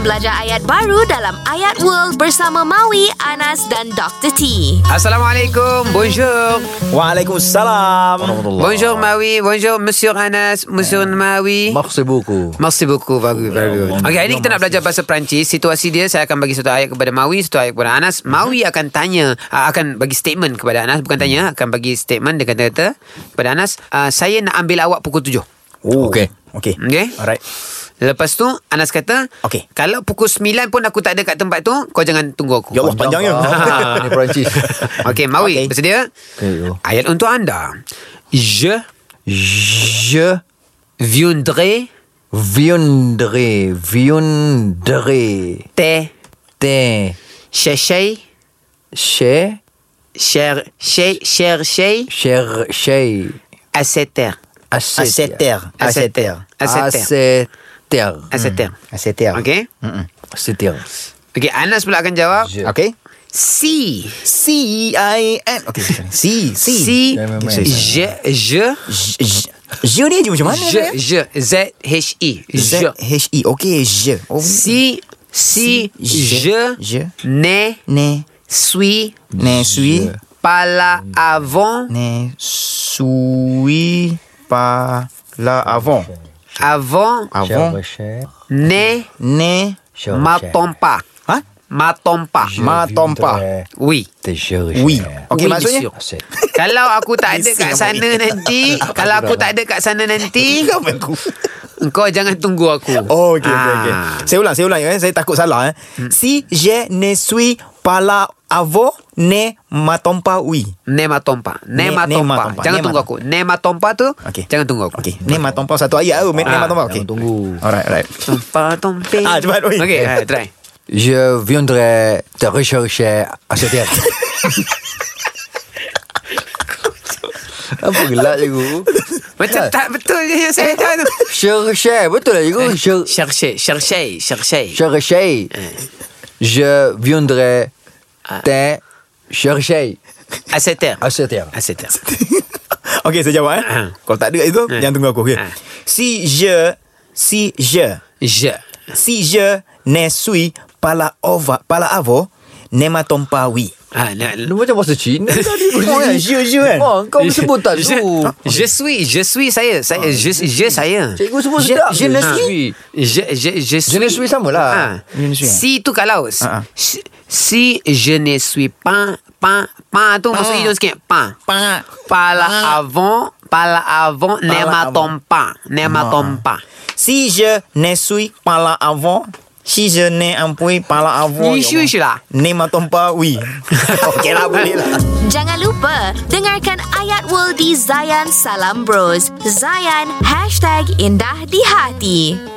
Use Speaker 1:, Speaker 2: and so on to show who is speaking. Speaker 1: belajar ayat baru dalam Ayat World bersama Maui, Anas dan Dr. T.
Speaker 2: Assalamualaikum, bonjour.
Speaker 3: Waalaikumsalam.
Speaker 2: Bonjour Maui, bonjour Monsieur Anas, Monsieur
Speaker 3: Eh,
Speaker 2: Maui.
Speaker 3: Maksud buku.
Speaker 2: Merci beaucoup, bagus,
Speaker 3: Ya,
Speaker 2: bagus. Okey, hari ni kita nak belajar bahasa Perancis. Situasi dia, saya akan bagi satu ayat kepada Maui, satu ayat kepada
Speaker 3: Mhm.
Speaker 2: Anas. Maui akan tanya, ah, akan bagi statement kepada Anas. Bukan
Speaker 3: Hmm.
Speaker 2: tanya, akan bagi statement. Dia kata-kata kepada Anas, ah, saya nak ambil awak pukul tujuh.
Speaker 3: Oh. Okey. Okey.
Speaker 2: Okey.
Speaker 3: Alright.
Speaker 2: Lepas tu, Anas kata,
Speaker 3: Okey.
Speaker 2: kalau pukul sembilan pun aku tak ada kat tempat tu, kau jangan tunggu aku.
Speaker 3: Ya Allah panjangnya.
Speaker 2: lah.
Speaker 4: Ini Perancis.
Speaker 2: Okey, Maui, okay. bersedia?
Speaker 4: Okey, yo.
Speaker 2: Ayat untuk anda. Je je viendrai
Speaker 4: Viondre, viondre.
Speaker 2: te
Speaker 4: Te,
Speaker 2: chercher
Speaker 4: che,
Speaker 2: chercher chercher
Speaker 4: cher, che.
Speaker 2: à cette heure. À
Speaker 4: À
Speaker 2: cette heure. À cette Hmm. heure.
Speaker 4: Aceter.
Speaker 2: À cette heure.
Speaker 5: À cette heure.
Speaker 2: Okey.
Speaker 4: Aceter.
Speaker 2: Okey, Anas pula akan jawab.
Speaker 4: Je.
Speaker 5: Okay.
Speaker 2: Si
Speaker 5: C-I-N. Okay. C. C.
Speaker 2: si
Speaker 4: Jangan main-main.
Speaker 2: je je
Speaker 5: Je. Je ni je macam mana?
Speaker 2: je je Z H I je
Speaker 5: H-E. Okay, je. E. Oh.
Speaker 2: si si je
Speaker 5: Je.
Speaker 2: ne
Speaker 5: Ne.
Speaker 2: suis
Speaker 5: Ne sui.
Speaker 2: pas là avant
Speaker 5: Ne sui pas là avant.
Speaker 2: avant
Speaker 5: Avant.
Speaker 2: ne
Speaker 5: Ne.
Speaker 2: m'attends pas.
Speaker 5: Ha?
Speaker 2: M'attends pas.
Speaker 5: Ma tompa.
Speaker 2: Oui.
Speaker 5: Oui. Okay,
Speaker 2: Oui,
Speaker 5: maksudnya?
Speaker 2: monsieur. Kalau aku tak ada kat sana nanti Kalau aku tak ada kat sana nanti
Speaker 5: Kau aku.
Speaker 2: Engkau jangan tunggu aku
Speaker 5: Oh, okay, okay, okay.
Speaker 2: Ah. Hmm.
Speaker 5: Saya ulang, saya ulang. Eh. Saya takut salah. Eh. Si je ne suis pas là avant, ne m'attends pas, oui.
Speaker 2: Nema tompa Nema
Speaker 5: Ne- nema
Speaker 2: tompa
Speaker 5: tompa.
Speaker 2: Jangan
Speaker 5: Nema
Speaker 2: tunggu aku Nema tompa tu
Speaker 5: Okey.
Speaker 2: Jangan tunggu aku
Speaker 5: Okay. Ne m'attends pas satu ayat. Oh, ne
Speaker 2: Ah,
Speaker 5: m'attends pas. Okay.
Speaker 4: jangan tunggu.
Speaker 5: Alright, alright.
Speaker 2: Tompa tompe
Speaker 5: Ah, cepat, oi.
Speaker 2: Okay ah, try
Speaker 4: Je viendrai te rechercher à cette heure. Apa gelak cikgu?
Speaker 2: Macam tak betul je yang saya tahu tu
Speaker 4: Chercher, betul lah
Speaker 2: Eh.
Speaker 4: cikgu. Cher-
Speaker 2: Chercher Chercher Chercher
Speaker 4: Chercher. Je viendrai te chercher
Speaker 2: À cette heure
Speaker 4: à cette heure.
Speaker 2: À cette heure
Speaker 5: okay, saya jawab. Eh.
Speaker 2: Ah.
Speaker 5: Kalau tak ada kat situ,
Speaker 2: Ah.
Speaker 5: jangan tunggu aku. Okay.
Speaker 2: Ah.
Speaker 5: Si je, si je,
Speaker 2: Je
Speaker 5: si je ne suis pas là ova- pas là avant, ne m'attends pas, oui.
Speaker 2: Ah, nak-
Speaker 4: Lu macam bahasa Cina tadi.
Speaker 5: Oh, je, je kan?
Speaker 4: Oh, kau sebut tak
Speaker 2: je,
Speaker 4: tu.
Speaker 2: je suis, je suis saya, saya, je, je saya.
Speaker 4: Cikgu sebut
Speaker 5: Je-
Speaker 4: sedap.
Speaker 5: je ne
Speaker 2: suis. Ah. Je, je, je suis.
Speaker 4: Je ne suis sama lah.
Speaker 2: Ah.
Speaker 5: Je ne suis.
Speaker 2: Si tu kalau. Si,
Speaker 5: Ah, ah.
Speaker 2: si je ne suis pas, pas, pas tu masuk hidung sikit. Pas.
Speaker 5: Pak.
Speaker 2: Pas la avant, pas la avant, ne
Speaker 5: la
Speaker 2: m'attends pas. Ne m'attends pas.
Speaker 5: Si je ne suis pas là avant, si je ne emploie pas là avant.
Speaker 2: Isu isu lah.
Speaker 5: Ne m'attends pas, oui. Okey lah, boleh lah.
Speaker 1: Jangan lupa dengarkan Ayat World di Zayan Salam Bros. Zayan #IndahDiHati.